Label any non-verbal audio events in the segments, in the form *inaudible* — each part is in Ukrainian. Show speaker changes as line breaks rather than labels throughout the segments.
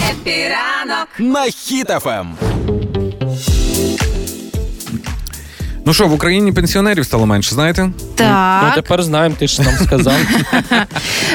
Хеппі ранок!
на хітафем.
Ну що, в Україні пенсіонерів стало менше, знаєте?
Так.
Ну тепер знаємо, ти ж нам сказав.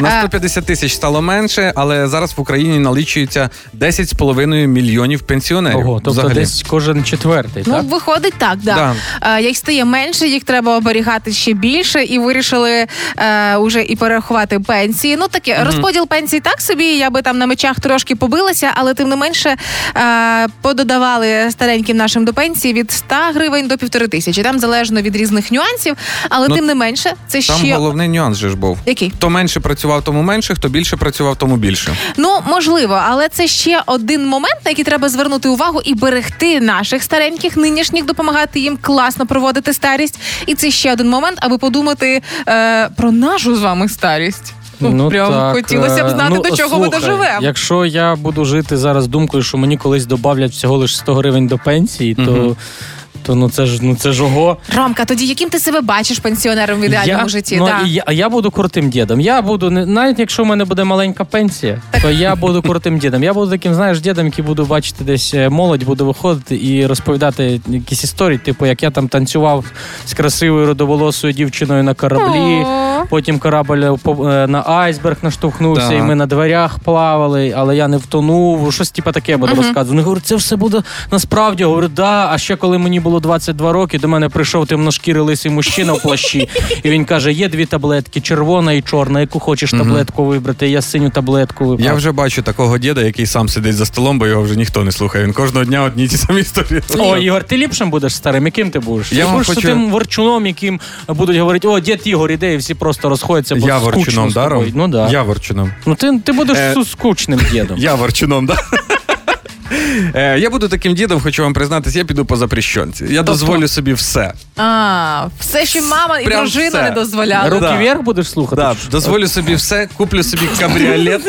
На 150 тисяч стало менше, але зараз в Україні налічується 10,5 мільйонів пенсіонерів.
*laughs* Ого, тобто
взагалі.
десь кожен четвертий,
Ну,
так?
виходить так, да.
Да.
Е, Їх стає менше, їх треба оберігати ще більше, і вирішили е, уже і перерахувати пенсії. Ну таке розподіл пенсій так собі. Я би там на мечах трошки побилася, але тим не менше е, пододавали стареньким нашим до пенсії від 100 гривень до півтори тисячі. Там залежно від різних нюансів, але
Ну,
тим не менше, це
Там
ще
головний нюанс же ж був.
який
Хто менше працював, тому менше, хто більше працював, тому більше.
Ну можливо, але це ще один момент, на який треба звернути увагу і берегти наших стареньких нинішніх, допомагати їм класно проводити старість. І це ще один момент, аби подумати е, про нашу з вами старість. Ну, прям
так,
хотілося б
е,
знати,
ну,
до чого ми
слухай,
доживемо.
Якщо я буду жити зараз думкою, що мені колись добавлять всього лише 100 гривень до пенсії, то,
Мгм.
то ну це ж ну це ж ого.
Ромка, тоді яким ти себе бачиш пенсіонером в ідеальному
я,
житті?
Ну,
да.
і я, а я буду крутим дідом. Я буду, не- навіть якщо в мене буде маленька пенсія, то я буду крутим дідом. Я буду таким, знаєш, дідом, який буду бачити десь е, молодь, буду виходити і розповідати якісь історії, типу, як я там танцював з красивою родоволосою дівчиною на кораблі.
О.
Потім корабль по- е, на айсберг наштовхнувся,
Так.
і ми на дверях плавали, але я не втонув. Щось типу таке буду розказувати. Ну, говорю, це все буде насправді. Я Говорю, да. А ще коли мені було 22 роки, до мене прийшов темношкірий лисий мужчина в плащі. І він каже: є дві таблетки: червона і чорна. Яку хочеш таблетку вибрати? Я синю таблетку вибрав.
Я вже бачу такого діда, який сам сидить за столом, бо його вже ніхто не слухає. Він кожного дня одні й ті самі історії.
О, Ігор, ти ліпшим будеш старим, яким ти будеш?
Я
ти
вам
будеш
хочу-
тим ворчуном, яким будуть говорити, о, дід Ігор іде, і всі просто розходяться, бо
Я
скучно
ворчуном
з тобою.
даром.
Ну да.
Я ворчуном.
Ну ти, ти будеш
Е,
су- скучним дідом.
Я ворчуном, да. *laughs* Е, Я буду таким дідом, хочу вам признатись, я піду по запрещенці. Я
Тобто?
дозволю собі все.
А, все, що мама і
Прям
дружина
все.
не дозволяли.
Руки
Да.
вверх будеш слухати?
Да,
Чи що?
дозволю собі все, куплю собі кабріолет.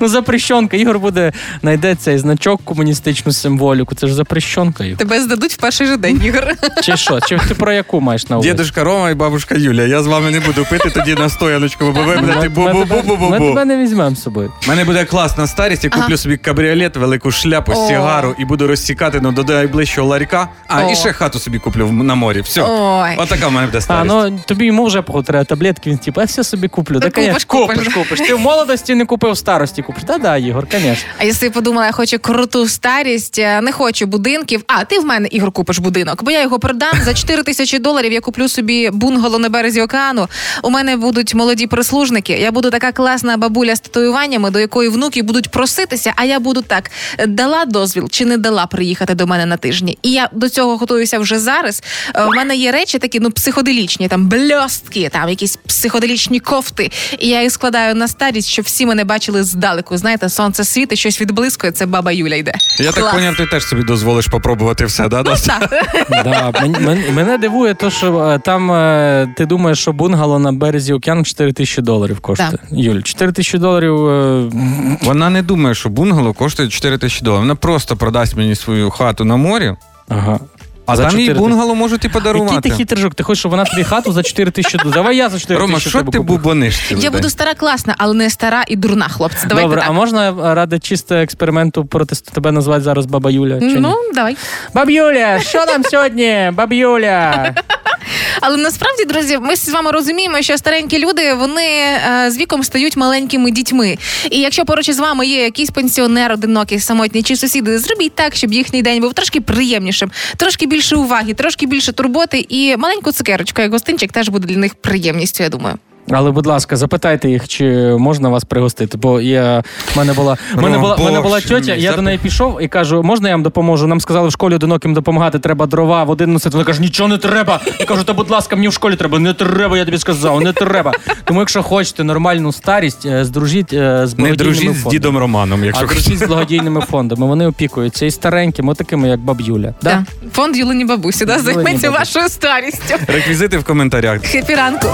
Ну, запрещенка. Ігор буде знайде цей значок комуністичну символіку. Це ж запрещенка. Ігор.
Тебе здадуть в перший же день, Ігор.
Чи що? Чи ти про яку маєш на увазі?
*laughs* Дідушка Рома і бабушка Юлія. Я з вами не буду пити тоді настояночку, бо ви будете
Ми- ми тебе- Ми
бу-бу-бу-бу-бу.
тебе не візьмемо з собою.
У мене буде класна старість, я куплю собі кабріолет, велику шляпу,
О.
сігару і буду розсікати ну, до найближчого ларька. А,
О.
і ще хату собі куплю в- на морі. Все.
Ой.
Отака в мене буде
А,
старість.
ну тобі йому вже походу треба таблетки, він типу, я все собі куплю.
Та
Да, конечно,
купиш, купиш.
купиш, купиш. Ти в молодості не купив, в старості купиш. Та да, Ігор, звісно.
А якщо я подумала, я хочу круту старість, е, не хочу будинків. А ти в мене Ігор купиш будинок, бо я його продам за 4 тисячі доларів. Я куплю собі бунгало на березі океану. У мене будуть молоді прислужники. Я буду така класна бабуля з татуюваннями, до якої внуки будуть проситися. А я буду так: е, дала дозвіл чи не дала приїхати до мене на тижні. І я до цього готуюся вже зараз. Е, В мене є речі такі, ну психоделічні, там бльостки, там якісь психоделічні кофти. І я їх складаю на старість, щоб всі мене бачили здалеку. Знаєте, сонце світить, щось відблискує. Це баба Юля йде.
Я так
Клас.
поняв, ти теж собі дозволиш попробувати все, да? Настя?
Так.
Да, мен- мен- мене дивує те, що е, там е, ти думаєш, що бунгало на березі океану 4 тисячі доларів коштує. Юль, 4 тисячі доларів. е,
*laughs* Вона не думає, що бунгало коштує 4 тисячі доларів. Вона просто продасть мені свою хату на морі,
Ага.
а
За
там їй
4 тисячі.
бунгало можуть і
Який ти
подарувати.
хитржук? Ти хочеш, щоб вона тобі хату за 4 тисячі дала? Давай я за 4
Рома,
тисячі
що
тебе
ти
куплю.
бубониш? цілий
Я буду
день?
стара, класна, але не стара і дурна, хлопці. Давайте
Добре,
так.
а можна е, ради чисто експерименту протесту тебе назвати зараз баба Юля? Чи
Ну,
ні?
давай.
Баб Юля, що там сьогодні? Баб Юля?
Але насправді, друзі, ми з вами розуміємо, що старенькі люди вони е, з віком стають маленькими дітьми. І якщо поруч із вами є якийсь пенсіонер, одинокий, самотній чи сусіди, зробіть так, щоб їхній день був трошки приємнішим, трошки більше уваги, трошки більше турботи, і маленьку цукерочку, як гостинчик, теж буде для них приємністю. Я думаю,
Але, будь ласка, запитайте їх, чи можна вас пригостити. Бо я в мене була в мене
Ром,
була в мене була
Боже
тьотя,
мій,
я
запит-
до неї пішов і кажу, можна я вам допоможу? Нам сказали в школі одиноким допомагати, треба дрова, води носити. Вона каже, нічого не треба. Я кажу, та будь ласка, мені в школі треба. Не треба, я тобі сказав, не треба. Тому, якщо хочете нормальну старість, е, здружіть е, з
Не
благодійними
дружіть з
фондами.
дідом Романом,
А
якщо хочеш.
дружіть з благодійними фондами. Вони опікуються і старенькими, отакими, як баб Юля. Да?
Да. фонд Юлині бабусі да,
Юлині
займеться
бабусі.
вашою старістю.
Реквізити в коментарях.
Хепі ранку.